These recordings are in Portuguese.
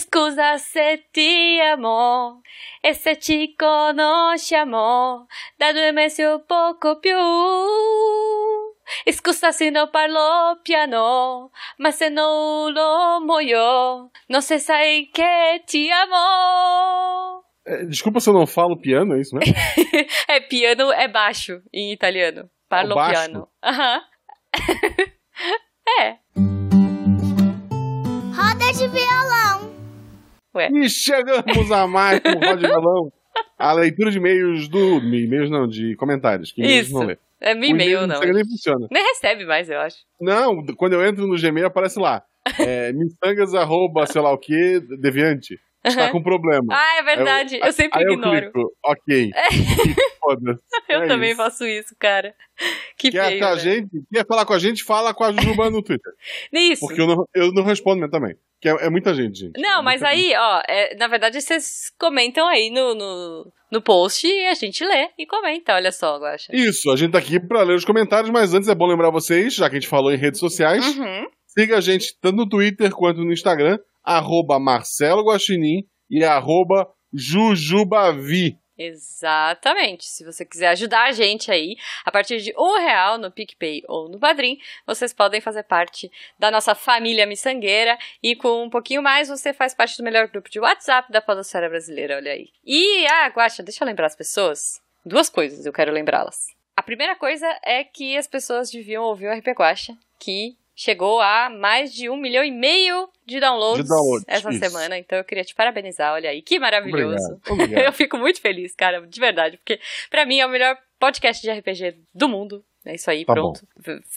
Scusa se ti amo, e se ci conosciamo da due mesi o poco più. Scusa se non parlo piano, ma se non lo muoio, non se sai che ti amo. É, Desculpa se eu não falo piano, é isso, né? é piano, é baixo em italiano. Parlo baixo? piano. Aham. é. Roda de violão. E chegamos a mais um Roda de Violão. A leitura de e-mails do. E-mails não, de comentários. Que e-mails Isso. não lê. É O meu e-mail, não. Instagram Nem funciona. Nem recebe mais, eu acho. Não, quando eu entro no Gmail aparece lá. É, miçangas, arroba, sei lá o que, deviante. Está Aham. com problema. Ah, é verdade. Eu, sempre Aí eu ignoro. clico, ok. Foda-se. Eu, é também isso. faço isso, cara. Que Quer, feio. achar a né? gente, quer falar com a gente, fala com a Jujuba no Twitter. Isso. Porque eu não, eu não respondo mesmo também. Que é, é muita gente, gente. Não, É mas muita gente. aí, ó, é, na verdade vocês comentam aí no, no, no post e a gente lê e comenta, olha só, Guaxa. Isso, a gente tá aqui pra ler os comentários, mas antes é bom lembrar vocês, já que a gente falou em redes sociais, Uhum. siga a gente tanto no Twitter quanto no Instagram, arroba Marcelo Guaxinim e arroba Jujubavi. Exatamente. Se você quiser ajudar a gente aí, a partir de um real no PicPay ou no Padrim, vocês podem fazer parte da nossa família miçangueira. E com um pouquinho mais, você faz parte do melhor grupo de WhatsApp da Podosfera Brasileira, olha aí. E, ah, Guaxa, deixa eu lembrar as pessoas. Duas coisas eu quero lembrá-las. A primeira coisa é que as pessoas deviam ouvir o RP Guaxa, que chegou a mais de um milhão e meio de downloads, De downloads, essa isso. semana. Então eu queria te parabenizar, olha aí. Que maravilhoso. Obrigado. Obrigado. Eu fico muito feliz, cara, de verdade, porque pra mim é o melhor podcast de RPG do mundo. É isso aí, Tá pronto.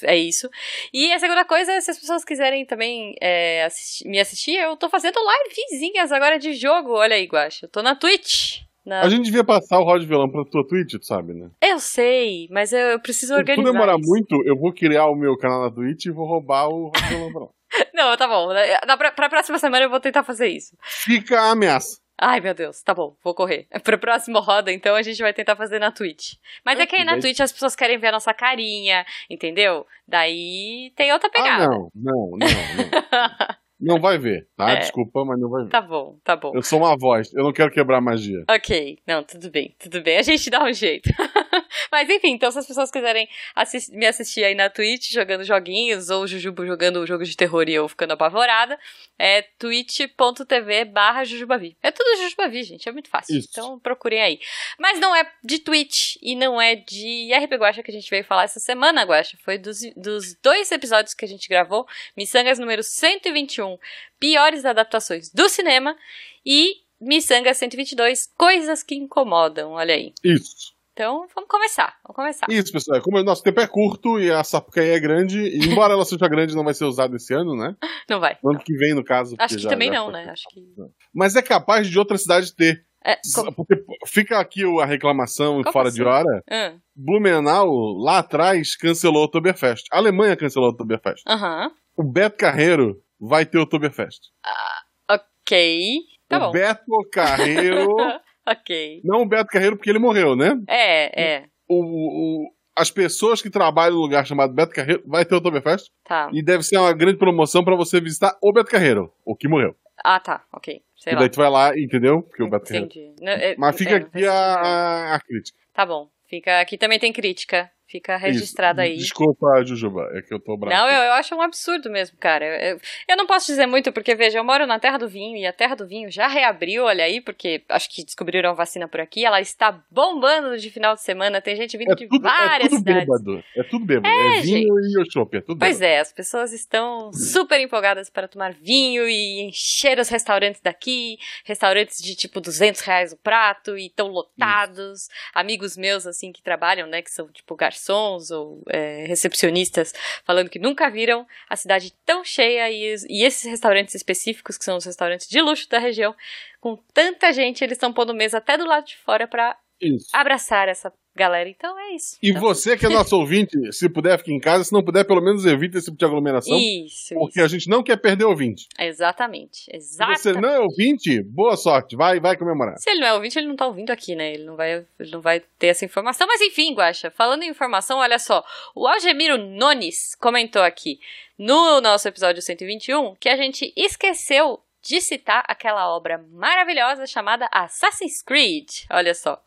É isso. E a segunda coisa é, se as pessoas quiserem também é, assisti- me assistir, eu tô fazendo livezinhas agora de jogo. Olha aí, Guaxa. Eu tô na Twitch. na- A gente devia passar o Rod Violão pra tua Twitch, tu sabe, né? Eu sei, mas eu, eu preciso Se tu organizar. demorar isso. muito, eu vou criar o meu canal na Twitch e vou roubar o Rod Violão pra lá. Não, tá bom. Na, pra, pra próxima semana eu vou tentar fazer isso. Fica a ameaça. Ai, meu Deus, tá bom, vou correr. Pra próxima roda, então, a gente vai tentar fazer na Twitch. Mas é que aí na Mas- Twitch as pessoas querem ver a nossa carinha, entendeu? Daí tem outra Ah, pegada. não, não, não. Não, não vai ver, tá? É. Desculpa, mas não vai ver. tá bom, tá bom. Eu sou uma voz, eu não quero quebrar magia. Ok, não, tudo bem, tudo bem, a gente dá um jeito. Mas enfim, então se as pessoas quiserem assis- me assistir aí na Twitch jogando joguinhos, ou o Jujubo jogando um jogo de terror e eu ficando apavorada, é twitch.tv barra Jujubavi. É tudo Jujubavi, gente, é muito fácil. Isso. Então procurem aí. Mas não é de Twitch e não é de RP Guacha que a gente veio falar essa semana, Guacha. Foi dos, dos dois episódios que a gente gravou, Missangas número 121, Piores Adaptações do Cinema, e Missanga 122, coisas que incomodam, olha aí. Isso. Então, vamos começar, vamos começar. Isso, pessoal. Como o nosso tempo é curto e a sapucaí é grande, e embora ela seja grande, não vai ser usada esse ano, né? Não vai. No ano que vem, no caso. porque Acho que já- também já não, foi. né? Acho que... Mas é capaz de outra cidade ter. É, como- Porque fica aqui a reclamação Como fora de assim? hora. Ah, Blumenau, lá atrás, cancelou o Oktoberfest. A Alemanha cancelou o Oktoberfest. Aham, O Beto Carreiro vai ter o Oktoberfest. ok. Tá o bom. Beto Carreiro... ok. não o Beto Carreiro, porque ele morreu, né? É, é, o, o- as pessoas que trabalham no lugar chamado Beto Carreiro vai ter o Oktoberfest tá. e deve ser uma grande promoção pra você visitar o Beto Carreiro, o que morreu. Ah, tá, ok. Sei e lá. daí tu vai lá, entendeu? Porque o Beto Carreiro. Entendi. Não, é- Mas fica é, não aqui a, faz a, a crítica. sentido. Tá bom, fica... Aqui também tem crítica, fica Isso. registrado aí. Desculpa, Jujuba, é que eu tô bravo. Não, eu, eu acho um absurdo mesmo, cara. Eu, eu- eu não posso dizer muito, porque, veja, eu moro na Terra do Vinho e a Terra do Vinho já reabriu, olha aí, porque acho que descobriram a vacina por aqui. Ela está bombando de final de semana, tem gente vindo é de tudo, é várias tudo cidades. bêbado. É tudo bêbado. É, vinho e o chopp, é tudo Pois bêbado. é, as pessoas estão super empolgadas para tomar vinho e encher os restaurantes daqui, restaurantes de tipo 200 reais o prato e estão lotados. Amigos meus, assim, que trabalham, né, que são tipo garçons ou é, recepcionistas, falando que nunca viram a cidade tão cheia e, os- e esses restaurantes específicos, que são os restaurantes de luxo da região, com tanta gente, eles estão pondo mesa até do lado de fora para Isso. abraçar essa galera. Então é isso. E Então, você que é nosso ouvinte, se puder, fique em casa. Se não puder, pelo menos evite esse tipo de aglomeração. Isso, Porque isso. a gente não quer perder ouvinte. Exatamente, Se exatamente. você não é ouvinte, boa sorte. Vai, vai comemorar. Se ele não é ouvinte, ele não tá ouvindo aqui, né? Ele não vai, ele não vai ter essa informação. Mas enfim, Guaxa, falando em informação, olha só. O Algemiro um Nones comentou aqui no nosso episódio 121 que a gente esqueceu de citar aquela obra maravilhosa chamada Assassin's Creed. Olha só,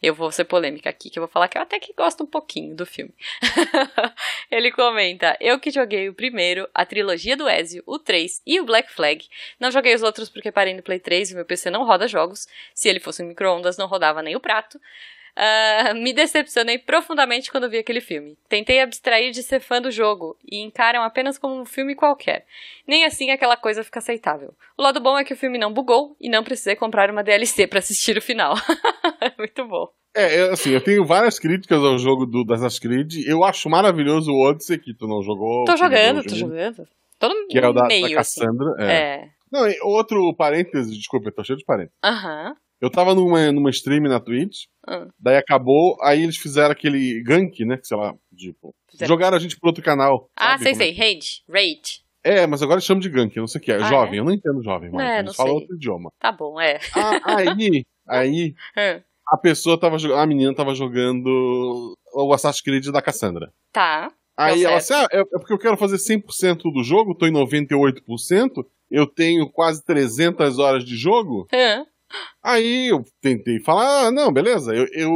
eu vou ser polêmica aqui, que eu vou falar que eu até que gosto um pouquinho do filme. Ele comenta: Eu que joguei o primeiro, a trilogia do Ezio, o 3 e o Black Flag. Não joguei os outros porque parei no Play 3 e meu PC não roda jogos. Se ele fosse um micro-ondas, não rodava nem o prato. Ah, me decepcionei profundamente quando vi aquele filme. Tentei abstrair de ser fã do jogo e encaram apenas como um filme qualquer. Nem assim aquela coisa fica aceitável. O lado bom é que o filme não bugou e não precisei comprar uma DLC pra assistir o final. Muito bom. É, eu, assim, eu tenho várias críticas ao jogo do Assassin's Creed. Eu acho maravilhoso o Odyssey, que tu não jogou. Tô que não jogando, tô jogou, jogando. Tô no Que é o da, meio, da assim. Cassandra. é. É. Não, e outro parêntese, desculpa, eu tô cheio de parênteses. Aham. Eu tava numa, numa stream na Twitch, Ah. daí acabou, aí eles fizeram aquele gank, né? Que sei lá, tipo. Fizeram- Jogaram a gente pro outro canal. Ah, sabe sei, como é? sei. Raid. Raid. É, mas agora chama de gank, eu não sei o que. É. Ah, jovem, eu não entendo jovem, É, mas não eles falam sei. outro idioma. Tá bom, é. Ah, aí, aí, Ah, a pessoa tava jogando. A menina tava jogando o Assassin's Creed da Cassandra. Tá. Aí Deu ela assim, ah, é é porque eu quero fazer 100% do jogo, tô em 98%, eu tenho quase 300 horas de jogo. Ah, Aí eu tentei falar, ah, não, beleza, eu, eu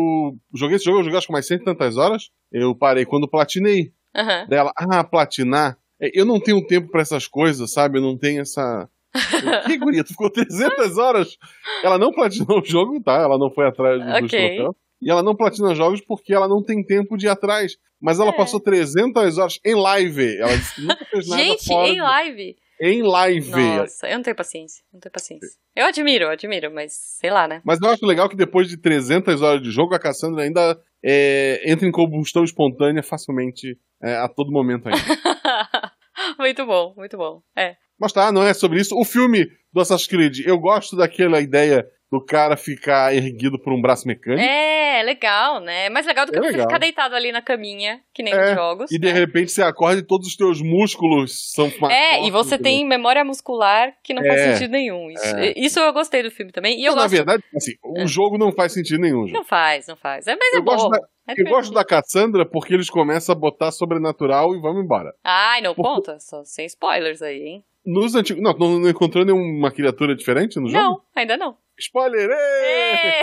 joguei esse jogo, eu joguei acho que mais cento e tantas horas, eu parei quando platinei. Aham. Dela, ah, platinar? É, Eu não tenho tempo pra essas coisas, sabe? Eu não tenho essa... Eu, Que guria, tu ficou 300 horas? Ela não platinou o jogo, tá? Ela não foi atrás do Ok. troféu. E ela não platina jogos porque ela não tem tempo de ir atrás. Mas ela É. passou 300 horas em live. Ela disse que nunca fez nada Gente, fora em do- live. Em live. Nossa, eu não tenho paciência. Não tenho paciência. Eu admiro, eu admiro, mas sei lá, né? Mas eu acho legal que depois de 300 horas de jogo, a Cassandra ainda é, entra em combustão espontânea facilmente é, a todo momento ainda. muito bom, muito bom. É. Mas tá, não é sobre isso. O filme do Assassin's Creed, eu gosto daquela ideia do cara ficar erguido por um braço mecânico. É, legal, né? É mais legal do que É você legal. ficar deitado ali na caminha, que nem É, nos jogos. E né? de repente você acorda e todos os teus músculos são É, e você tem memória muscular que não faz É, sentido nenhum. Isso, isso eu gostei do filme também. E eu Eu, na gosto. É. verdade, assim, o jogo não faz sentido nenhum. gente. Não faz, não faz. É, mas é Eu gosto bom. da- É Eu gosto divertido. da Cassandra porque eles começam a botar sobrenatural e vamos embora. Ai, não Porque- conta, só sem spoilers aí, hein? Nos antigos. Não, não, não encontrou nenhuma criatura diferente no jogo? Não, ainda não. Spoiler! ê! É.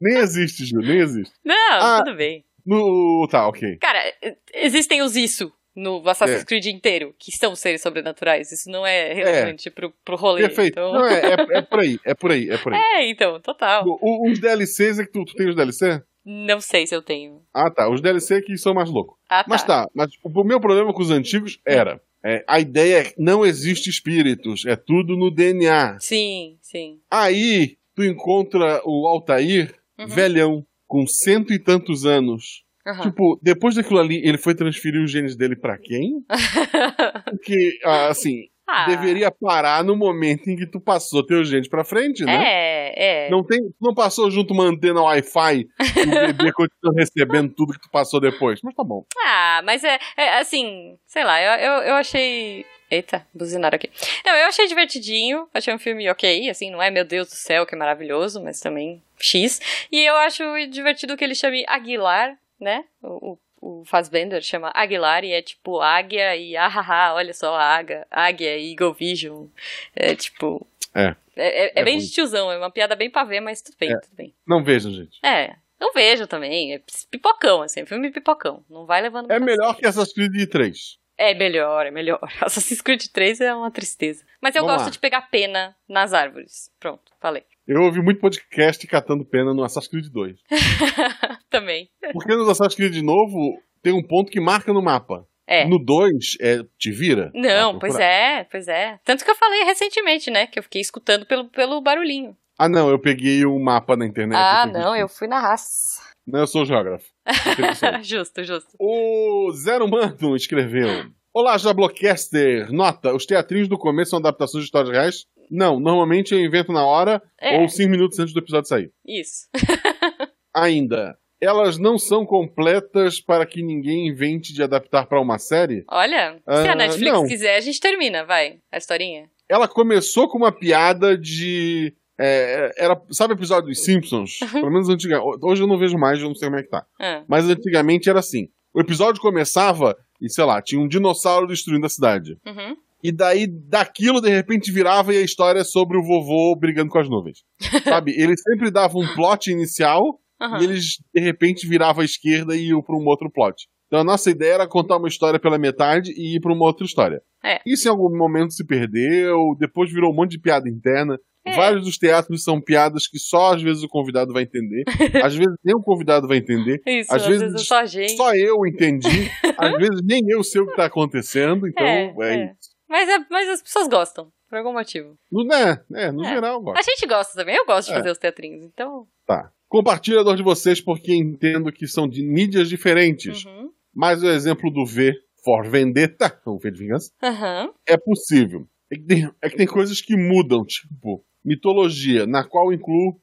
Nem existe, Ju, nem existe. Não, Ah. tudo bem. No. Tá, ok. Cara, existem os isso no Assassin's É. Creed inteiro, que são seres sobrenaturais. Isso não é relevante pro, pro rolê. Perfeito. Então... Não, é, é, é por aí, é por aí, é por aí. É, então, total. O- Tipo, o- os DLCs é que tu, tu tem os DLC? Não sei se eu tenho. Ah, tá. Os DLC que são mais loucos. Ah, tá. Mas tá, mas o, o meu problema com os antigos era. é, a ideia é que não existe espíritos, é tudo no DNA. Sim, sim. Aí tu encontra o Altair, Uhum. velhão, com cento e tantos anos. Aham. Tipo, depois daquilo ali, ele foi transferir os genes dele pra quem? Porque, ah, assim, Ah, deveria parar no momento em que tu passou teu gente pra frente, né? É, é. Não tem, tu não passou junto uma antena Wi-Fi e o bebê continua recebendo tudo que tu passou depois. Mas tá bom. Ah, mas é, é, assim, sei lá, eu, eu, eu achei. Eita, buzinaram aqui. Não, eu achei divertidinho, achei um filme ok, assim, não é meu Deus do céu, que maravilhoso, mas também X. E eu acho divertido que ele chame Aguilar, né? O, o, o Fassbender chama Aguilar e é tipo águia e ahaha, olha só, águia, águia e Eagle Vision. É tipo. É. É, é- é É bem ruim. de tiozão, é uma piada bem pavê, mas tudo bem, tudo bem. Não vejam, gente. É, eu vejo também, é pipocão, assim, filme pipocão, não vai levando É pra melhor que essas Creed 3. é melhor, é melhor. Assassin's Creed 3 é uma tristeza. Mas eu Vamos gosto lá. de pegar pena nas árvores. Pronto, falei. Eu ouvi muito podcast catando pena no Assassin's Creed 2. Também. Porque no Assassin's Creed novo tem um ponto que marca no mapa. É. No 2, é, te vira. Não, Vai pois procurar. é, pois é. Tanto que eu falei recentemente, né? Que eu fiquei escutando pelo, pelo barulhinho. Ah, não, eu peguei um mapa na internet. ah, eu peguei- não, eu fui na raça. Não, eu sou geógrafo. Eu peguei isso aí. justo, justo. O Zero Mano escreveu. Olá, Jablocaster. Nota, os teatrinhos do começo são adaptações de histórias reais? Não, normalmente eu invento na hora É, ou cinco minutos antes do episódio sair. isso. Ainda, elas não são completas para que ninguém invente de adaptar para uma série? Olha, se a Ah, Netflix não. quiser, a gente termina, vai. A historinha. Ela começou com uma piada de... é, era, sabe o episódio dos Simpsons? Pelo menos antiga. Hoje eu não vejo mais, eu não sei como é que tá. Ah, Mas antigamente era assim. O episódio começava e, sei lá, tinha um dinossauro destruindo a cidade. uhum. E daí, daquilo, de repente, virava e a história é sobre o vovô brigando com as nuvens. Sabe? Ele sempre dava um plot inicial Aham. e eles, de repente, viravam à esquerda e iam para um outro plot. Então a nossa ideia era contar uma história pela metade e ir para uma outra história. É. Isso em algum momento se perdeu, depois virou um monte de piada interna. É. Vários dos teatros são piadas que só às vezes o convidado vai entender. às vezes nem o convidado vai entender. Isso, Às às, vezes vezes, é só a gente. Só eu entendi. às vezes nem eu sei o que tá acontecendo, então é, É, é. isso. Mas, é- mas as pessoas gostam, por algum motivo. No, né? É, no É. geral, eu gosto. A gente gosta também, eu gosto de É. fazer os teatrinhos, então. Tá. Compartilho a dor de vocês porque entendo que são de mídias diferentes. Uhum. Mas o exemplo do V for Vendetta, o V de Vingança, Aham. é possível. É que, tem, é que tem coisas que mudam, tipo mitologia, na qual incluo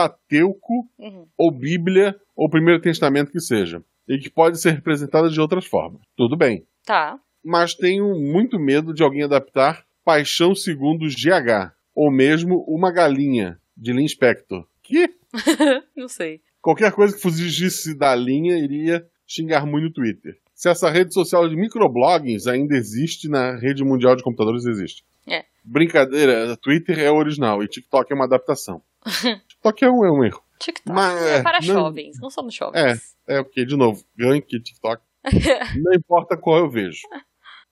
Pentateuco Uhum. ou Bíblia ou Primeiro Testamento que seja, e que pode ser representada de outras formas. Tudo bem. Tá. mas tenho muito medo de alguém adaptar Paixão Segundo GH, ou mesmo Uma Galinha, de Lynn Spector. Que Não sei. qualquer coisa que fugisse da linha iria xingar muito no Twitter. Se essa rede social de microbloggings ainda existe na rede mundial de computadores, existe. É. Brincadeira, Twitter é o original e TikTok é uma adaptação. TikTok é um, é um erro. TikTok Mas- é para não- jovens, não somos jovens. É, porque, de novo, gank, TikTok. Não importa qual eu vejo.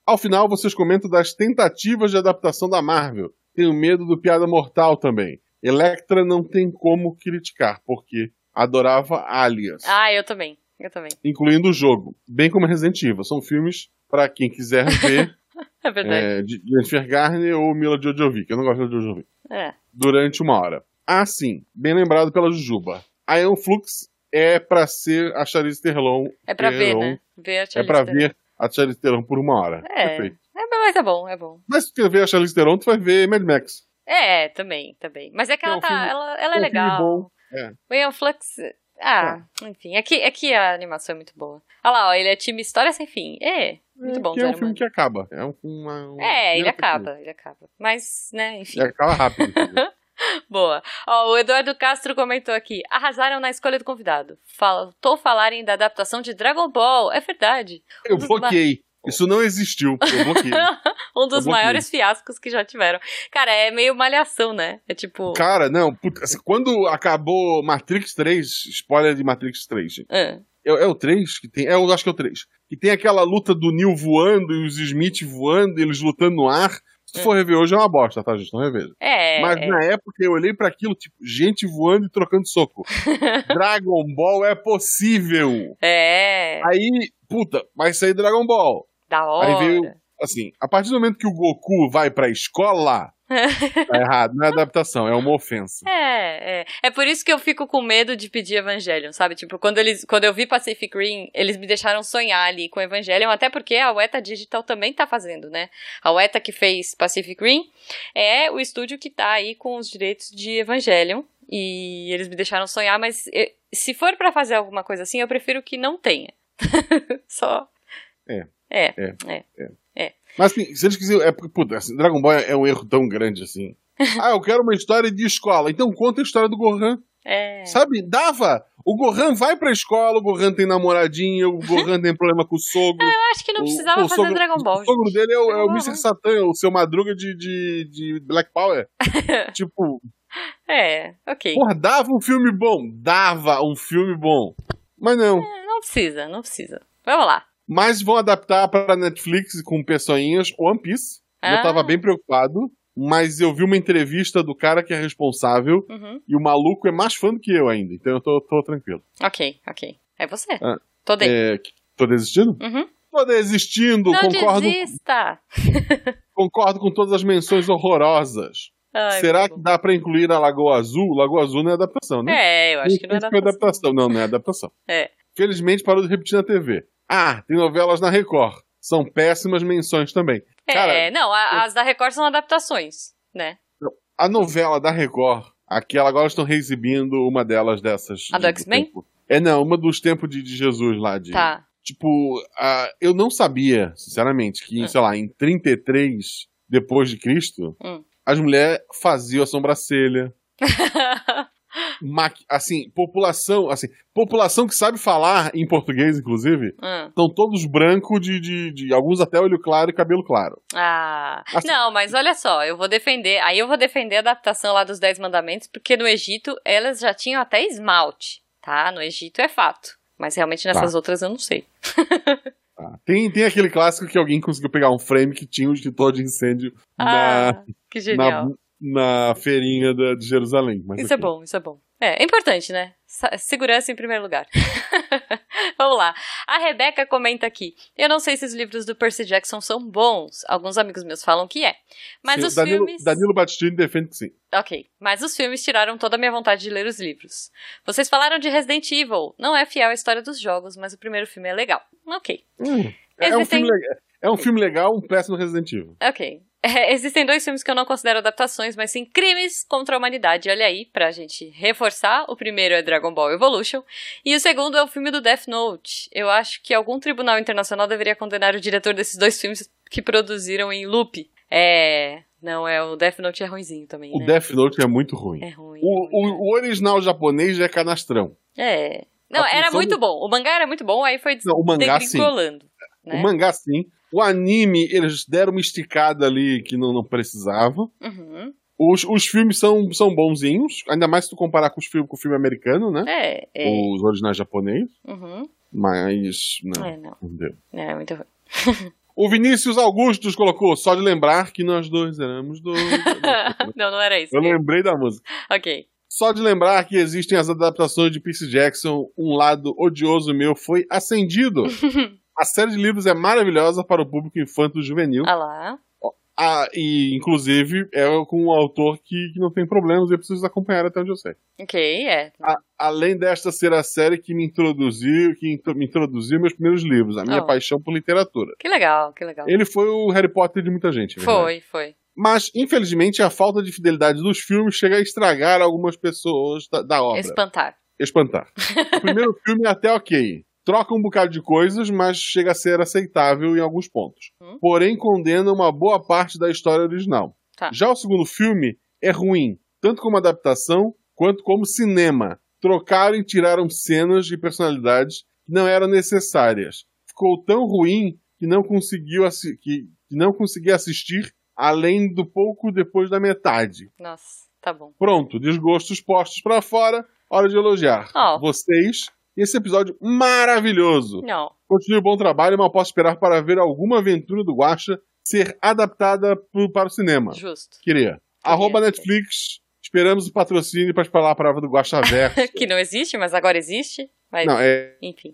Ao final, vocês comentam das tentativas de adaptação da Marvel. Tenho medo do Piada Mortal também. Electra não tem como criticar, porque adorava Alias, Ah, eu também. Eu também. incluindo o jogo, bem como Resident Evil. São filmes para quem quiser ver É verdade. é, de Jennifer Garner ou Mila Jojovic. Eu não gosto de Jojovic É. durante uma hora. Ah, sim, bem lembrado pela Jujuba. A Ion Flux é pra ser a Charlize Theron. É, pra ver, Theron. né? Ver a É Charlize pra Theron. ver a Charlize Theron por uma hora. É. Perfeito. É, mas é bom, é bom. Mas se tu quer ver a Charlize Theron, tu vai ver Mad Max. É, também, também. Mas é que É ela um tá. filme- ela, ela é um filme legal. bom, é. O Ian Flux. Ah, enfim. Aqui, aqui a animação é muito boa. Olha lá, ó, ele é time História Sem Fim. É, muito bom, Que é um Zero filme Mano. que acaba. É um, uma, uma- É, ele uma- acaba, ele acaba. Mas, né, enfim. E acaba rápido. entendeu? Boa. Ó, o Eduardo Castro comentou aqui: arrasaram na escolha do convidado. Faltou falarem da adaptação de Dragon Ball. É verdade. Eu bloqueei. Isso não existiu. Eu bloqueei. um dos bloqueei. maiores fiascos que já tiveram. Cara, é meio malhação, né? É tipo. Cara, não. puta, assim, quando acabou Matrix 3, spoiler de Matrix 3, gente. ah, É, é o 3 que tem? É, eu acho que é o 3. Que tem aquela luta do Neil voando e os Smith voando, eles lutando no ar. Se tu É. for rever hoje é uma bosta, tá, gente? Não reveja. é. Mas né? é. na época eu olhei pra aquilo, tipo, gente voando e trocando soco. Dragon Ball é possível. É, Aí, puta, vai sair Dragon Ball. da hora. Aí veio- Assim, a partir do momento que o Goku vai pra escola, tá errado. Não é adaptação, é uma ofensa. É, é. É por isso que eu fico com medo de pedir Evangelion, sabe? Tipo, quando, eles, quando eu vi Pacific Rim, eles me deixaram sonhar ali com Evangelion, até porque a Weta Digital também tá fazendo, né? A Weta que fez Pacific Rim é o estúdio que tá aí com os direitos de Evangelion. E eles me deixaram sonhar, mas eh, se for pra fazer alguma coisa assim, eu prefiro que não tenha. Só. É. É. Mas assim, se eles quiserem. É, porque, puta, assim, Dragon Ball é um erro tão grande assim. Ah, eu quero uma história de escola. Então conta a história do Gohan. É. Sabe? Dava. O Gohan vai pra escola, o Gohan tem namoradinha, o Gohan tem problema com o sogro. Ah, Eu acho que não O- precisava o fazer sogro- Dragon Ball. O sogro gente. dele é o, é o Dragon Ball, Mr. Satan, é o seu madruga de, de, de Black Power. tipo, É, ok. porra, dava um filme bom. Dava um filme bom. Mas não. Não precisa, não precisa. Vamos lá. Mas vão adaptar pra Netflix com pessoinhas One Piece. Ah. Eu tava bem preocupado. Mas eu vi uma entrevista do cara que é responsável Uhum. e o maluco é mais fã do que eu ainda, então eu tô, tô tranquilo. Ok, ok. É você. Ah, Tô dentro. É, tô desistindo? Uhum. Tô desistindo, Não concordo, desista! concordo com todas as menções horrorosas. Ai, Será muito que bom. dá pra incluir a Lagoa Azul? Lagoa Azul não é adaptação, né? É, eu acho que não é Isso foi nada. adaptação. Não, não é adaptação. É. Felizmente parou de repetir na TV. Ah, tem novelas na Record. São péssimas menções também. Cara, É, não, a- as da Record são adaptações, né? a novela da Record, aquela agora estão reexibindo uma delas dessas. A do de- X-Men? tempo. É, não, uma dos tempos de, de Jesus lá. De, Tá. Tipo, ah, eu não sabia, sinceramente, que, Hum. sei lá, em 33 depois de Cristo, Hum. as mulheres faziam a sobrancelha, maqui- assim, população, assim, população que sabe falar em português, inclusive, Hum. estão todos brancos, de, de, de- alguns até olho claro e cabelo claro. Ah, Assim- não, mas olha só, eu vou defender, aí eu vou defender a adaptação lá dos Dez Mandamentos, porque no Egito elas já tinham até esmalte, tá? No Egito é fato, mas realmente nessas outras eu não sei. tá? Tem, tem aquele clássico que alguém conseguiu pegar um frame que tinha um extintor de incêndio na, Ah, que na, genial. na feirinha da- de Jerusalém. Mas assim, Isso é ok. bom, isso é bom. É, é importante, né? Sa- Segurança em primeiro lugar. Vamos lá. A Rebeca comenta aqui. Eu não sei se os livros do Percy Jackson são bons. Alguns amigos meus falam que é. Mas Sim, os Danilo, filmes. Danilo Battistini defende que sim. Ok, mas os filmes tiraram toda a minha vontade de ler os livros. Vocês falaram de Resident Evil. Não é fiel à história dos jogos, mas o primeiro filme é legal. Ok. É, um Existem- filme legal, é um filme legal, um péssimo Resident Evil. Ok. É, existem dois filmes que eu não considero adaptações, mas sim crimes contra a humanidade. Olha aí, pra gente reforçar. O primeiro é Dragon Ball Evolution. E o segundo é o filme do Death Note. Eu acho que algum tribunal internacional deveria condenar o diretor desses dois filmes que produziram em loop. É. Não, é o Death Note é ruimzinho também. O né? Death Note é muito ruim. É ruim. O, ruim, o- o original japonês já é canastrão. É. Não, A era função muito do- bom. O mangá era muito bom, aí foi Não, o mangá sim. degringolando. Né? O mangá sim. O anime, eles deram uma esticada ali que não, não precisava. Uhum. Os, os filmes são, são bonzinhos, ainda mais se tu comparar com, os filmes, com o filme americano, né? É, é. Os originais japonês. Uhum. Mas. né, Não, É, não. não deu. É muito ruim. O Vinícius Augustus colocou, só de lembrar que nós dois éramos dois. não, não era isso. Eu lembrei da música. Ok. Só de lembrar que existem as adaptações de Percy Jackson, um lado odioso meu foi acendido. A série de livros é maravilhosa para o público infanto e juvenil. Ah lá. Ah, e, inclusive, é com um autor que, que não tem problemas e eu preciso acompanhar até onde eu sei. Ok, é. A- além desta ser a série que me introduziu, que intro- me introduziu meus primeiros livros, a minha Oh. paixão por literatura. Que legal, que legal. Ele foi o Harry Potter de muita gente. é verdade. Foi, foi. Mas, infelizmente, a falta de fidelidade dos filmes chega a estragar algumas pessoas da, da obra. Espantar. espantar. O primeiro filme é até ok. Troca um bocado de coisas, mas chega a ser aceitável em alguns pontos. Hum. Porém, condena uma boa parte da história original. Tá. Já o segundo filme é ruim, tanto como adaptação quanto como cinema. Trocaram e tiraram cenas e personalidades que não eram necessárias. Ficou tão ruim que não conseguiu assi- que, que não consegui assistir além do pouco depois da metade. Nossa, tá bom. Pronto, desgostos postos pra fora, hora de elogiar Ó. vocês e esse episódio maravilhoso. Não. Continue o bom trabalho e mal posso esperar para ver alguma aventura do Guacha ser adaptada pro- para o cinema. Justo. Queria. Ah. Arroba queria. Netflix, esperamos o patrocínio para falar a palavra do Guacha Verso. Que não existe, mas agora existe. Mas, Não, é, enfim.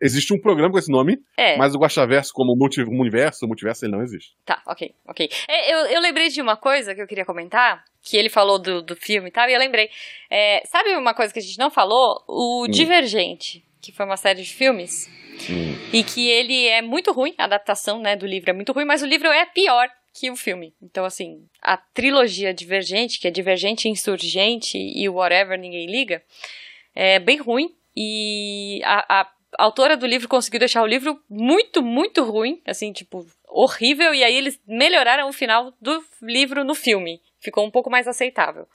existe um programa com esse nome, É, mas o Guacha Verso como multi, universo, multiverso, ele não existe. tá, ok, ok. É, eu, eu lembrei de uma coisa que eu queria comentar, que ele falou do, do filme e tal, e eu lembrei. É, sabe uma coisa que a gente não falou? Hum. O Divergente, que foi uma série de filmes, e que ele é muito ruim, a adaptação né, do livro é muito ruim, mas o livro é pior que o filme. Então, assim, a trilogia Divergente, que é Divergente, Insurgente e Whatever Ninguém Liga, é bem ruim. E a, a autora do livro conseguiu deixar o livro muito, muito ruim, assim, tipo, horrível. E aí eles melhoraram o final do livro no filme. Ficou um pouco mais aceitável.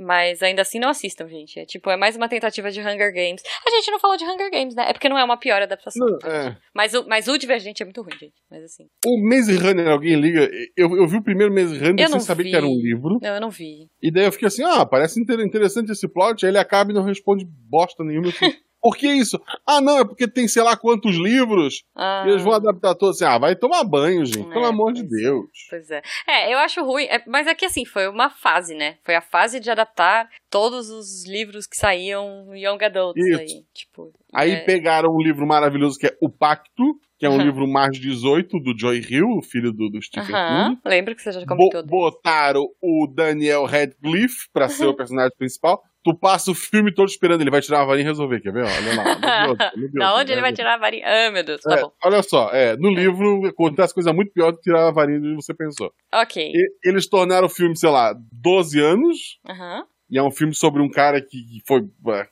Mas ainda assim não assistam, gente. É tipo, é mais uma tentativa de Hunger Games. A gente não falou de Hunger Games, né? É porque não é uma pior adaptação. Não, é. Mas o, mas o Divergente é muito ruim, gente. Mas assim. O Maze Runner, alguém liga? Eu, eu vi o primeiro Maze Runner Eu sem não saber vi. que era um livro. Não, eu não vi. E daí eu fiquei assim, ah, parece inter- interessante esse plot, aí ele acaba e não responde bosta nenhuma. Eu fiquei, Por que isso? Ah, não, é porque tem sei lá quantos livros Ah, e eles vão adaptar todos. Assim, ah, vai tomar banho, gente, É, pelo amor de pois é. Deus. Pois é. É, eu acho ruim. é, mas aqui, assim, foi uma fase, né? Foi a fase de adaptar todos os livros que saíam Young Adults Isso. aí. Tipo. Aí é, pegaram um livro maravilhoso que é O Pacto, que é um Aham. livro mais 18 do Joy Hill, o filho do, do Stephen Aham. King. Lembra que você já Bo- comentou. dele. botaram o Daniel Radcliffe pra ser o personagem principal. Tu passa o filme todo esperando, ele vai tirar a varinha e resolver, quer ver? Olha lá. maravilhoso, maravilhoso, da onde ele vai maravilhoso. tirar a varinha? Ah, meu Deus, tá É, bom. Olha só, é, no livro acontece coisa muito pior do que tirar a varinha do que você pensou. Ok. E- eles tornaram o filme, sei lá, 12 anos, Aham. e é um filme sobre um cara que que foi. é, é.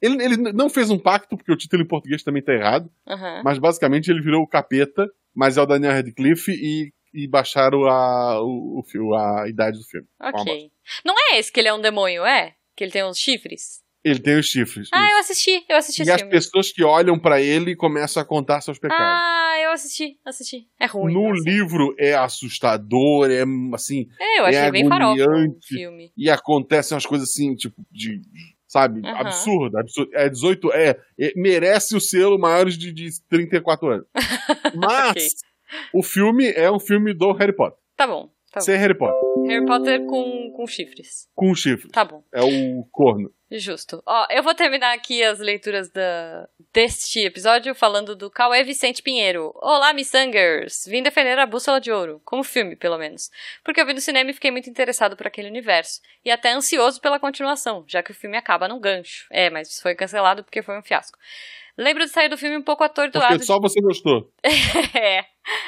Ele, ele n- não fez um pacto, porque o título em português também tá errado, Aham. mas basicamente ele virou o capeta, mas é o Daniel Radcliffe e, e baixaram a, o, o fi- a idade do filme. Ok. Não é esse que ele é um demônio, é? Que ele tem uns chifres. Ele tem os chifres. Ah, eu assisti, eu assisti e esse as filme. pessoas que olham pra ele começam a contar seus pecados. Ah, eu assisti, assisti. É ruim. no nossa. livro é assustador, é assim. É, eu achei é bem farofa o agoniante. filme. E acontecem umas coisas assim, tipo, de. Sabe? Aham. Absurda, absurda. É 18. É, é- merece o selo maiores de, de 34 anos. Mas Ok. o filme é um filme do Harry Potter. Tá bom, tá bom. Sem Harry Potter. Harry Potter com, com chifres. Com chifre. Tá bom. É o corno. Justo. Ó, eu vou terminar aqui as leituras da... deste episódio falando do Cauê Vicente Pinheiro. Olá, Missangers! Vim defender a Bússola de Ouro, como filme, pelo menos. Porque eu vi no cinema e fiquei muito interessado por aquele universo. E até ansioso pela continuação, já que o filme acaba num gancho. É, mas foi cancelado porque foi um fiasco. Lembro de sair do filme um pouco atordoado Porque só você gostou. é.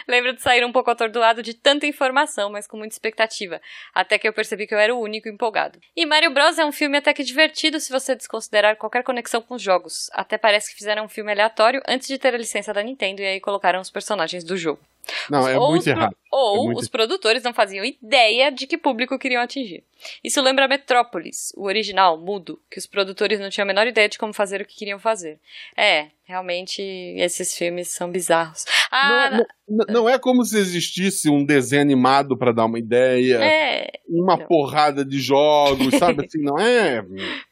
Lembro de sair um pouco atordoado de tanta informação, mas com muita expectativa. Até que eu percebi que eu era o único empolgado. E Mario Bros é um filme até que divertido se você desconsiderar qualquer conexão com os jogos. Até parece que fizeram um filme aleatório antes de ter a licença da Nintendo e aí colocaram os personagens do jogo. Não, é Ou muito os pro- errado. Ou É muito- os produtores não faziam ideia de que público queriam atingir. Isso lembra Metrópolis, o original, mudo, que os produtores não tinham a menor ideia de como fazer o que queriam fazer. É, realmente esses filmes são bizarros. Ah, Não, não- não é como se existisse um desenho animado pra dar uma ideia, é, uma não. porrada de jogos, sabe assim, não é?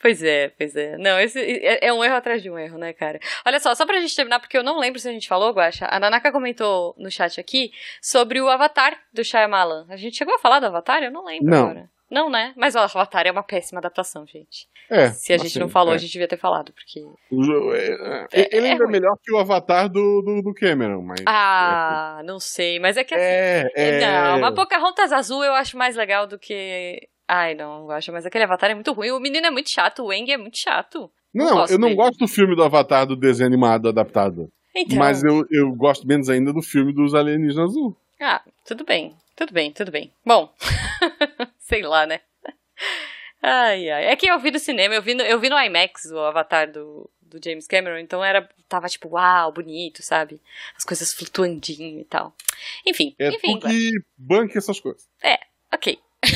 Pois é, pois é. Não, esse é, é um erro atrás de um erro, né, cara? Olha só, só pra gente terminar, porque eu não lembro se a gente falou, Guaxa, a Nanaka comentou no chat aqui sobre o Avatar do Shyamalan. A gente chegou a falar do Avatar? Eu não lembro Não. agora. Não, né? Mas o Avatar é uma péssima adaptação, gente. É, se a gente assim, não falou, é. a gente devia ter falado, porque... O jo- é- é- É- ele é ainda é ruim. melhor que o Avatar do, do, do Cameron, mas. Ah, não sei, mas é que assim... é, é. Não, mas Pocahontas Azul eu acho mais legal do que... Ai, não, Guaxa, mas aquele Avatar é muito ruim. O menino é muito chato, o Wang é muito chato. Não, não gosto eu não dele. gosto do filme do Avatar do desenho animado adaptado. Então... Mas eu, eu gosto menos ainda do filme dos Alienígenas Azul. Ah, tudo bem, tudo bem, tudo bem. Bom, sei lá, né? Ai, ai. É que eu vi no cinema, eu vi no, eu vi no IMAX o Avatar do, do James Cameron, então era tava tipo, uau, bonito, sabe? As coisas flutuandinho e tal. Enfim, É enfim. tu que banca essas coisas. Ok.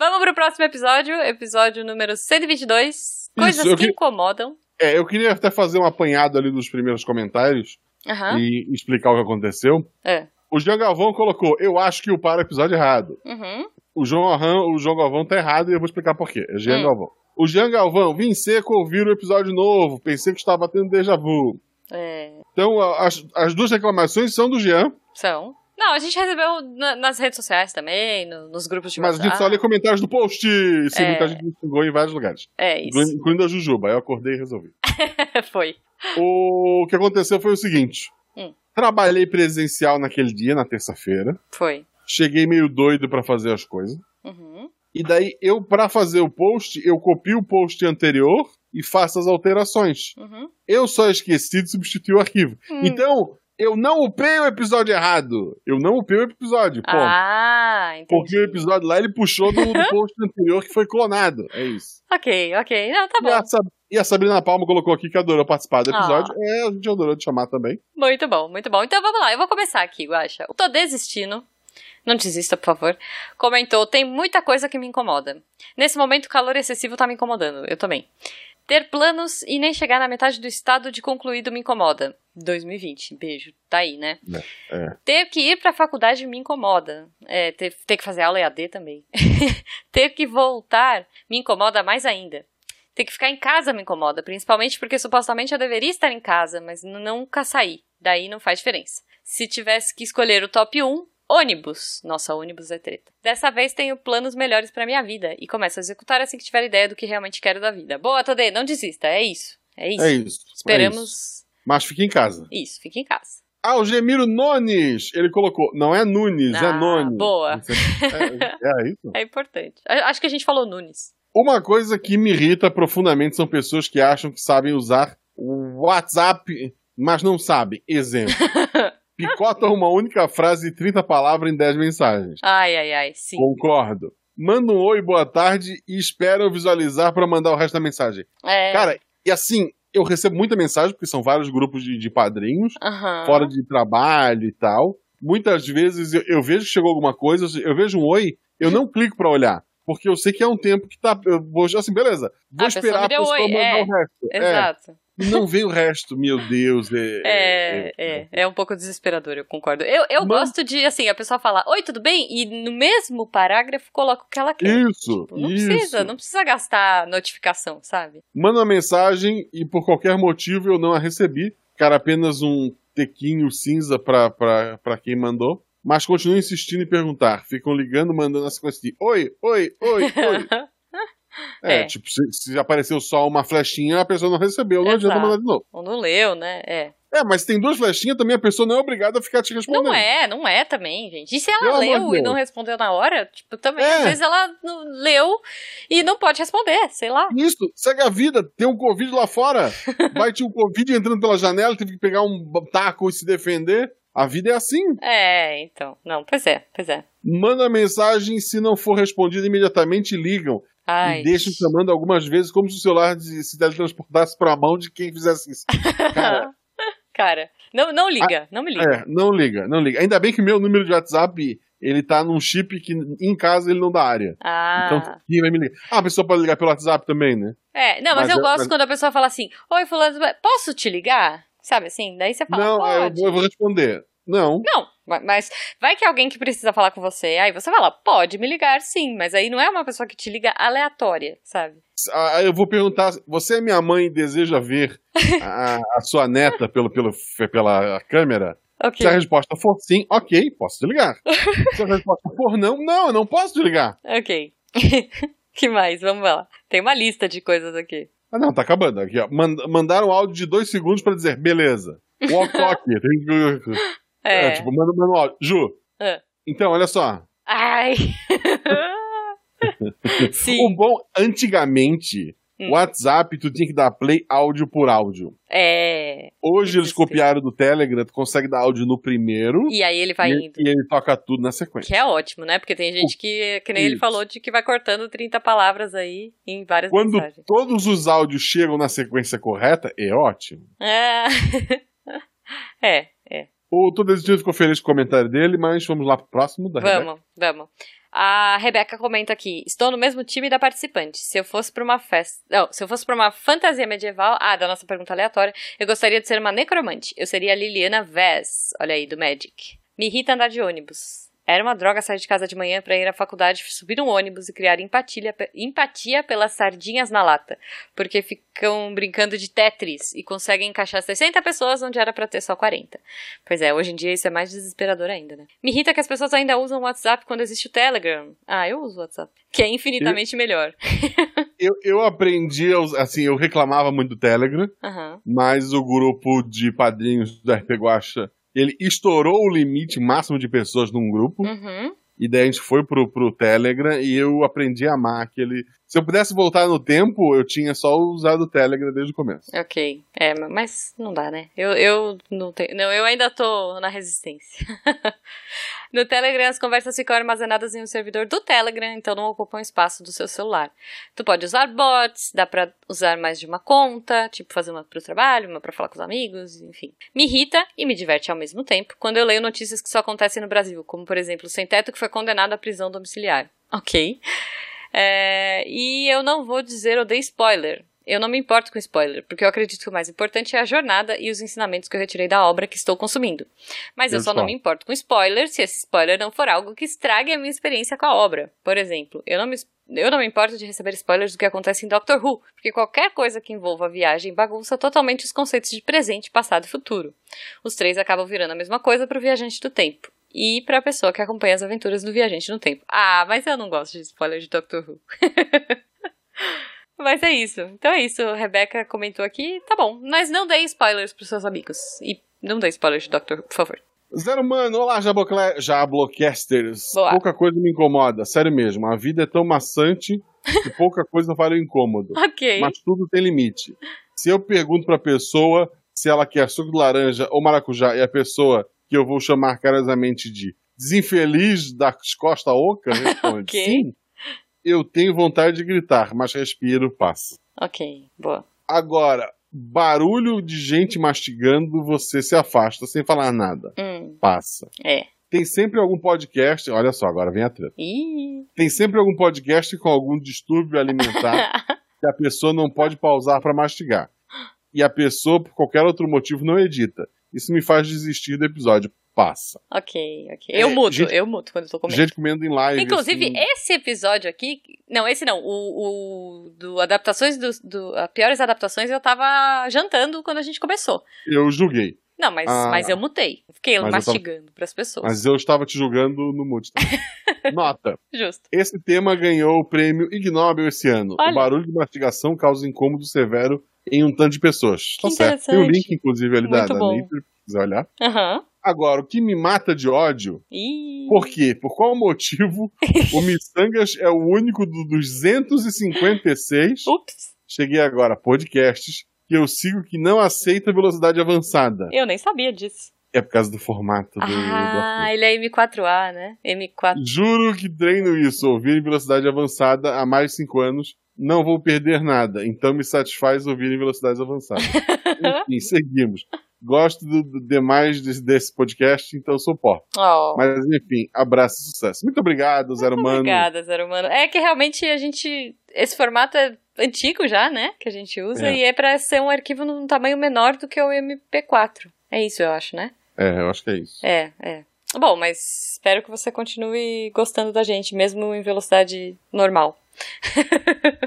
Vamos pro próximo episódio, episódio número 122, coisas eu que vi- incomodam. É, eu queria até fazer um apanhado ali dos primeiros comentários Aham. e explicar o que aconteceu. É. O João Galvão colocou, eu acho que o para o episódio errado. Uhum. O João, Arran, o João Galvão tá errado e eu vou explicar por quê. É Jean Hum. Galvão. O Jean Galvão, vim seco ouvir o episódio novo, pensei que estava tendo déjà vu. É, Então, a- as, as duas reclamações são do Jean, são. Não, a gente recebeu na- nas redes sociais também, no- nos grupos de mas a gente só lê WhatsApp. comentários do post. Sim, Tipo, ah. É. muita gente me xingou em vários lugares, É incluindo, isso. incluindo a Jujuba. Aí eu acordei e resolvi. Foi. O que aconteceu foi o seguinte: Hum. trabalhei presencial naquele dia, na terça-feira, Foi. cheguei meio doido pra fazer as coisas. Uhum. E daí, eu, pra fazer o post, eu copio o post anterior e faço as alterações. Uhum. Eu só esqueci de substituir o arquivo. Hum. Então, eu não upei o episódio errado. Eu não upei o episódio, pô. ah, entendi. porque o episódio lá ele puxou do, do post anterior que foi clonado. É isso. Ok, ok. Não, tá E, bom. Ah. a Sab- e a Sabrina Palma colocou aqui que adorou participar do episódio. É, a gente adorou te chamar também. Muito bom, muito bom. Então vamos lá, eu vou começar aqui, Guaxa. Eu tô desistindo. Não desista, por favor. Comentou: tem muita coisa que me incomoda. Nesse momento, o calor excessivo tá me incomodando. Eu também. Ter planos e nem chegar na metade do estado de concluído me incomoda. 2020, beijo. Tá aí, né? É. Ter que ir pra faculdade me incomoda. É, ter, ter que fazer aula EAD também. ter que voltar me incomoda mais ainda. Ter que ficar em casa me incomoda, principalmente porque supostamente eu deveria estar em casa, mas n- nunca saí. Daí não faz diferença. Se tivesse que escolher o top 1, ônibus. Nossa, ônibus é treta. Dessa vez tenho planos melhores pra minha vida e começo a executar assim que tiver ideia do que realmente quero da vida. Boa, Todê, não desista. É isso. É isso. É isso. é isso. Esperamos. Mas fica em casa. isso. fique em casa. Algemiro Nunes, ele colocou. Não é Nunes, Ah, é Nunes. boa. É, é isso. É importante. A- Acho que a gente falou Nunes. Uma coisa que me irrita profundamente são pessoas que acham que sabem usar o WhatsApp, mas não sabem. Exemplo. Picotam uma única frase e 30 palavras em 10 mensagens. Ai, ai, ai, sim. Concordo. Manda um oi, boa tarde e espera eu visualizar pra mandar o resto da mensagem. É. Cara, e assim, eu recebo muita mensagem, porque são vários grupos de, de padrinhos, aham. fora de trabalho e tal. Muitas vezes eu, eu vejo que chegou alguma coisa, eu vejo um oi, eu não clico pra olhar. Porque eu sei que é um tempo que tá. Eu vou assim, beleza. Vou A esperar pessoa me a deu pessoa oi, mandar é. o resto. É. Exato. E não vem o resto, meu Deus. É, É, é, é um pouco desesperador, eu concordo. Eu, eu Mas- gosto de, assim, a pessoa falar, oi, tudo bem? E no mesmo parágrafo coloca o que ela quer. é Isso, Tipo, não isso. precisa, não precisa gastar notificação, sabe? Manda uma mensagem e por qualquer motivo eu não a recebi. Cara, apenas um tequinho cinza pra, pra, pra quem mandou. Mas continuam insistindo em perguntar. Ficam ligando, mandando a sequência de oi, oi, oi, oi. É, É. tipo, se, se apareceu só uma flechinha, a pessoa não recebeu. Não adianta Exato. mandar de novo. Ou não leu, né? É. É, mas tem duas flechinhas também, a pessoa não é obrigada a ficar te respondendo. Não é, não é também, gente. E se ela Pelo amor leu de e Deus. não respondeu na hora, tipo, também, É. às vezes ela não leu e não pode responder, sei lá. Isso, segue a vida, tem um Covid lá fora. Vai ter um Covid entrando pela janela, teve que pegar um taco e se defender. A vida é assim. É, então. Não, pois é, pois é. Manda mensagem, se não for respondida imediatamente, ligam. Ai. E deixam chamando algumas vezes, como se o celular de- se teletransportasse para a mão de quem fizesse isso. Cara, Cara, não, não liga, não me liga. é, não liga, não liga. Ainda bem que o meu número de WhatsApp, ele tá num chip que em casa ele não dá área. Ah. Então, quem vai me ligar? Ah, a pessoa pode ligar pelo WhatsApp também, né? É, não, mas, Mas eu eu- gosto mas- quando a pessoa fala assim, oi, fulano, posso te ligar? Sabe assim? Daí você fala, não, é, eu, pode. vou, eu vou responder. Não. Não, ma- mas vai que alguém que precisa falar com você, aí você fala, pode me ligar sim, mas aí não é uma pessoa que te liga aleatória, sabe? Ah, eu vou perguntar: você é minha mãe e deseja ver a, a sua neta pelo, pelo, pela câmera? Ok. Se a resposta for sim, ok, posso te ligar. Se a resposta for não, não, eu não posso te ligar. Ok. que mais? Vamos lá. Tem uma lista de coisas aqui. Ah, não, tá acabando. Aqui, ó. Mand- mandaram um áudio de dois segundos pra dizer, beleza. Walk talk. tem que- É. É, tipo, manda, manda um áudio. Ju. É. Então, olha só. Ai. O sim. bom, antigamente, Hum. WhatsApp, tu tinha que dar play áudio por áudio. É. Hoje Que eles desespero. copiaram do Telegram, tu consegue dar áudio no primeiro E aí ele vai e, indo. e ele toca tudo na sequência. Que é ótimo, né? Porque tem gente que, que nem ele Isso. falou, de que vai cortando 30 palavras aí em várias Quando mensagens. todos os áudios chegam na sequência correta, é ótimo. É. é, é. O Todo Existindo ficou feliz com o comentário dele, mas vamos lá pro próximo da Rebeca. Vamos, vamos. A Rebeca comenta aqui: estou no mesmo time da participante. Se eu fosse pra uma festa. Não, se eu fosse pra uma fantasia medieval. Ah, da nossa pergunta aleatória. Eu gostaria de ser uma necromante. Eu seria a Liliana Vaz. Olha aí, do Magic. Me irrita andar de ônibus. Era uma droga sair de casa de manhã pra ir à faculdade, subir um ônibus e criar empatia, empatia pelas sardinhas na lata. Porque ficam brincando de Tetris e conseguem encaixar 60 pessoas onde era pra ter só 40. Pois é, hoje em dia isso é mais desesperador ainda, né? Me irrita que as pessoas ainda usam o WhatsApp quando existe o Telegram. Ah, eu uso o WhatsApp. Que é infinitamente melhor. Eu, eu aprendi, a us- assim, eu reclamava muito do Telegram, Aham. mas o grupo de padrinhos do RP Guacha, ele estourou o limite máximo de pessoas num grupo, Uhum. e daí a gente foi pro, pro Telegram e eu aprendi a amar aquele... Se eu pudesse voltar no tempo, eu tinha só usado o Telegram desde o começo. Ok. É, ma- mas não dá, né? Eu, eu não tenho. Não, eu ainda tô na resistência. no Telegram, as conversas ficam armazenadas em um servidor do Telegram, então não ocupam espaço do seu celular. Tu pode usar bots, dá pra usar mais de uma conta, tipo fazer uma pro trabalho, uma pra falar com os amigos, enfim. Me irrita e me diverte ao mesmo tempo quando eu leio notícias que só acontecem no Brasil, como por exemplo, o sem teto que foi condenado à prisão domiciliar. Ok. É, e eu não vou dizer eu dei spoiler. Eu não me importo com spoiler, porque eu acredito que o mais importante é a jornada e os ensinamentos que eu retirei da obra que estou consumindo. Mas eu, Eu só não discordo. me importo com spoiler se esse spoiler não for algo que estrague a minha experiência com a obra. Por exemplo, eu não me, eu não me importo de receber spoilers do que acontece em Doctor Who, porque qualquer coisa que envolva viagem bagunça totalmente os conceitos de presente, passado e futuro. Os três acabam virando a mesma coisa para o viajante do tempo. E para a pessoa que acompanha as aventuras do viajante no tempo. Ah, mas eu não gosto de spoiler de Doctor Who. mas é isso. Então é isso. Rebeca comentou aqui. Tá bom. Mas não dê spoilers pros seus amigos. E não dê spoilers de Doctor Who, por favor. Zero Mano, olá, Jabocle... Jablocasters. Boa. Pouca coisa me incomoda, sério mesmo. A vida é tão maçante que pouca coisa vale o incômodo. Ok. Mas tudo tem limite. Se eu pergunto pra pessoa se ela quer suco de laranja ou maracujá e a pessoa que eu vou chamar carinhosamente de desinfeliz das costas oca responde Ok. sim, eu tenho vontade de gritar, mas respiro, passa. Ok. Boa. Agora, barulho de gente mastigando, você se afasta sem falar nada, Hum, passa. é. Tem sempre algum podcast, olha só, agora vem a treta. Ih. Tem sempre algum podcast com algum distúrbio alimentar que a pessoa não pode pausar pra mastigar. E a pessoa, por qualquer outro motivo, não edita. Isso me faz desistir do episódio. Passa. ok, ok. Eu É, mudo, gente- eu mudo quando eu tô comendo. Gente comendo em live. Inclusive, é assim, esse episódio aqui. Não, esse não. O, o do Adaptações do. do a piores adaptações eu tava jantando quando a gente começou. eu julguei. Não, mas, Ah. mas eu mutei. Fiquei Mas eu tava- mastigando pras pessoas. Mas eu estava te julgando no mute. também. Nota. Justo. Esse tema ganhou o prêmio Ig Nobel esse ano. Olha. O barulho de mastigação causa incômodo severo em um tanto de pessoas. Que Tem o interessante. link, inclusive, ali da, Muito da bom. Nature, se quiser olhar. Aham. Agora, o que me mata de ódio, Ih. por quê? Por qual motivo o Missangas é o único dos 256, Ups, cheguei agora, podcasts, que eu sigo que não aceita velocidade avançada. eu nem sabia disso. É por causa do formato do... Ah, ele é M4A, né? M4. do... Juro que treino isso, ouvir em velocidade avançada há mais de 5 anos. Não vou perder nada, então me satisfaz ouvir em velocidades avançadas. Enfim, seguimos. Gosto do, do- demais desse, desse podcast, então suporto. Oh. Mas enfim, abraço e sucesso. Muito obrigado, Zero Mano. Obrigada, Zero Humano. É que realmente a gente. Esse formato é antigo já, né? Que a gente usa. É. E é pra ser um arquivo num tamanho menor do que o MP4. É isso, eu acho, né? É, eu acho que é isso. É, é. Bom, mas espero que você continue gostando da gente, mesmo em velocidade normal.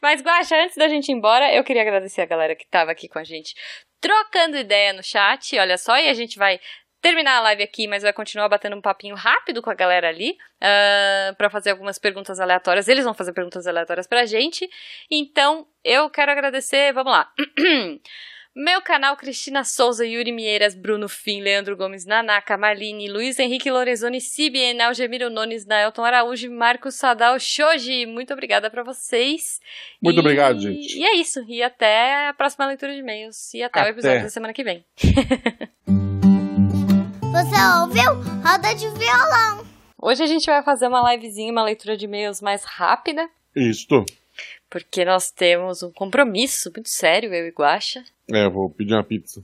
mas, Guaxa, antes da gente ir embora, eu queria agradecer a galera que tava aqui com a gente trocando ideia no chat. Olha só, e a gente vai. Terminar a live aqui, mas vai continuar batendo um papinho rápido com a galera ali ah, pra fazer algumas perguntas aleatórias. Eles vão fazer perguntas aleatórias pra gente. Então, eu quero agradecer. Vamos lá. Meu canal Cristina Souza, Yuri Mieiras, Bruno Fim, Leandro Gomes, Nanaka, Maline, Luiz Henrique Lorenzoni, Cibien, Algemiro Nunes, Naelton Araújo, Marcos Sadal, Shoji. Muito obrigada pra vocês. Muito E- obrigado, gente. E é isso. E até a próxima leitura de e-mails. E até, Até. o episódio da semana que vem. Você ouviu? Roda de violão. Hoje a gente vai fazer uma livezinha, uma leitura de e-mails mais rápida. Isto. Porque nós temos um compromisso muito sério, eu e Guaxa. É, eu vou pedir uma pizza.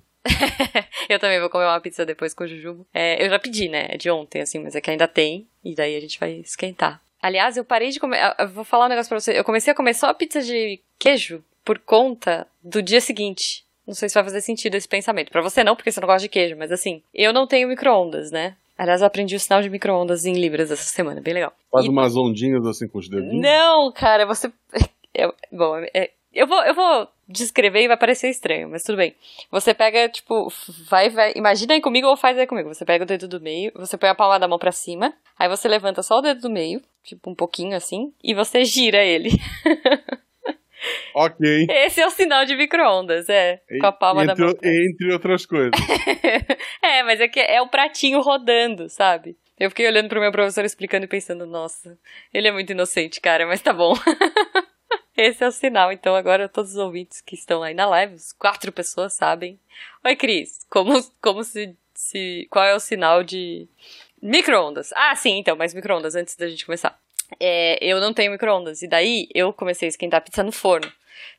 Eu também vou comer uma pizza depois com o Jujubo. É, eu já pedi, né? É de ontem, assim, mas é que ainda tem. E daí a gente vai esquentar. Aliás, eu parei de comer. eu- Eu vou falar um negócio pra você. Eu comecei a comer só a pizza de queijo por conta do dia seguinte. Não sei se vai fazer sentido esse pensamento. Pra você não, porque você não gosta de queijo, mas assim, eu não tenho micro-ondas, né? Aliás, eu aprendi o sinal de micro-ondas em Libras essa semana, bem legal. Faz E- umas ondinhas assim com os dedinhos. não, cara, você. Eu, bom, é- eu, vou, eu vou descrever e vai parecer estranho, mas tudo bem. Você pega, tipo, vai, vai. Imagina aí comigo ou faz aí comigo. Você pega o dedo do meio, você põe a palma da mão pra cima, aí você levanta só o dedo do meio, tipo, um pouquinho assim, e você gira ele. Ok. Esse é o sinal de micro-ondas, é. Com a palma entre, da mão. pra- entre outras coisas. é, mas é que é o pratinho rodando, sabe? Eu fiquei olhando pro meu professor explicando e pensando, nossa, ele é muito inocente, cara, mas tá bom. Esse é o sinal, então agora todos os ouvintes que estão aí na live, os quatro pessoas sabem. Oi, Cris, como, como se, se. Qual é o sinal de. Micro-ondas. Ah, sim, então, mas micro-ondas, antes da gente começar. É, eu não tenho micro-ondas, e daí eu comecei a esquentar a pizza no forno.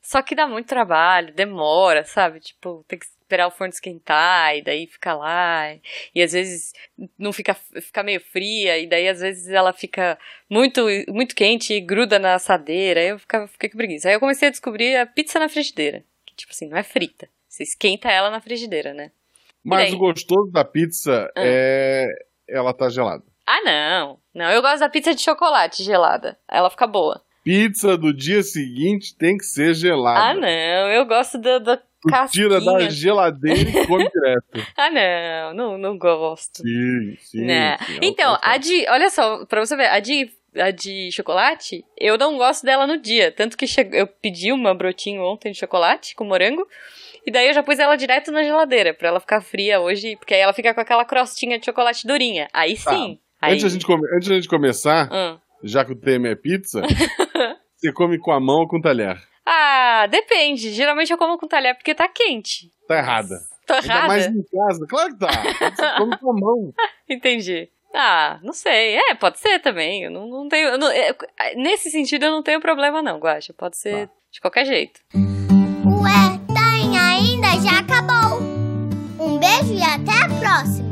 Só que dá muito trabalho, demora, sabe? Tipo, tem que esperar o forno esquentar e daí fica lá. E às vezes não fica, fica meio fria e daí às vezes ela fica muito muito quente e gruda na assadeira. Aí eu ficava, fiquei com preguiça. Aí eu comecei a descobrir a pizza na frigideira, que tipo assim, não é frita. Você esquenta ela na frigideira, né? Mas Bem. o gostoso da pizza Ah. é. Ela tá gelada. Ah, não. Não, eu gosto da pizza de chocolate gelada. Ela fica boa. Pizza do dia seguinte tem que ser gelada. Ah, não. Eu gosto da, da Tu tira da casquinha. geladeira e come direto. Ah, não. Não, não gosto. Sim, sim. Né? sim, é o Então, a que eu falo. de. Olha só, pra você ver, a de, a de chocolate, eu não gosto dela no dia. Tanto que chegou- eu pedi uma brotinho ontem de chocolate com morango. E daí eu já pus ela direto na geladeira, pra ela ficar fria hoje. Porque aí ela fica com aquela crostinha de chocolate durinha. Aí Tá. sim. Aí... Antes, da gente come- antes da gente começar, Hum. já que o tema é pizza, você come com a mão ou com o talher? Ah, depende. Geralmente eu como com talher porque tá quente. Tá errada. Tô Ainda errada. mais em casa. Claro que tá. Você come com a mão. Entendi. Ah, não sei. É, pode ser também. Eu não, não tenho. eu não- é, nesse sentido, eu não tenho problema, não, Guacha. Pode Tá. ser de qualquer jeito. tá Ué, tem ainda, já acabou. Um beijo e até a próxima.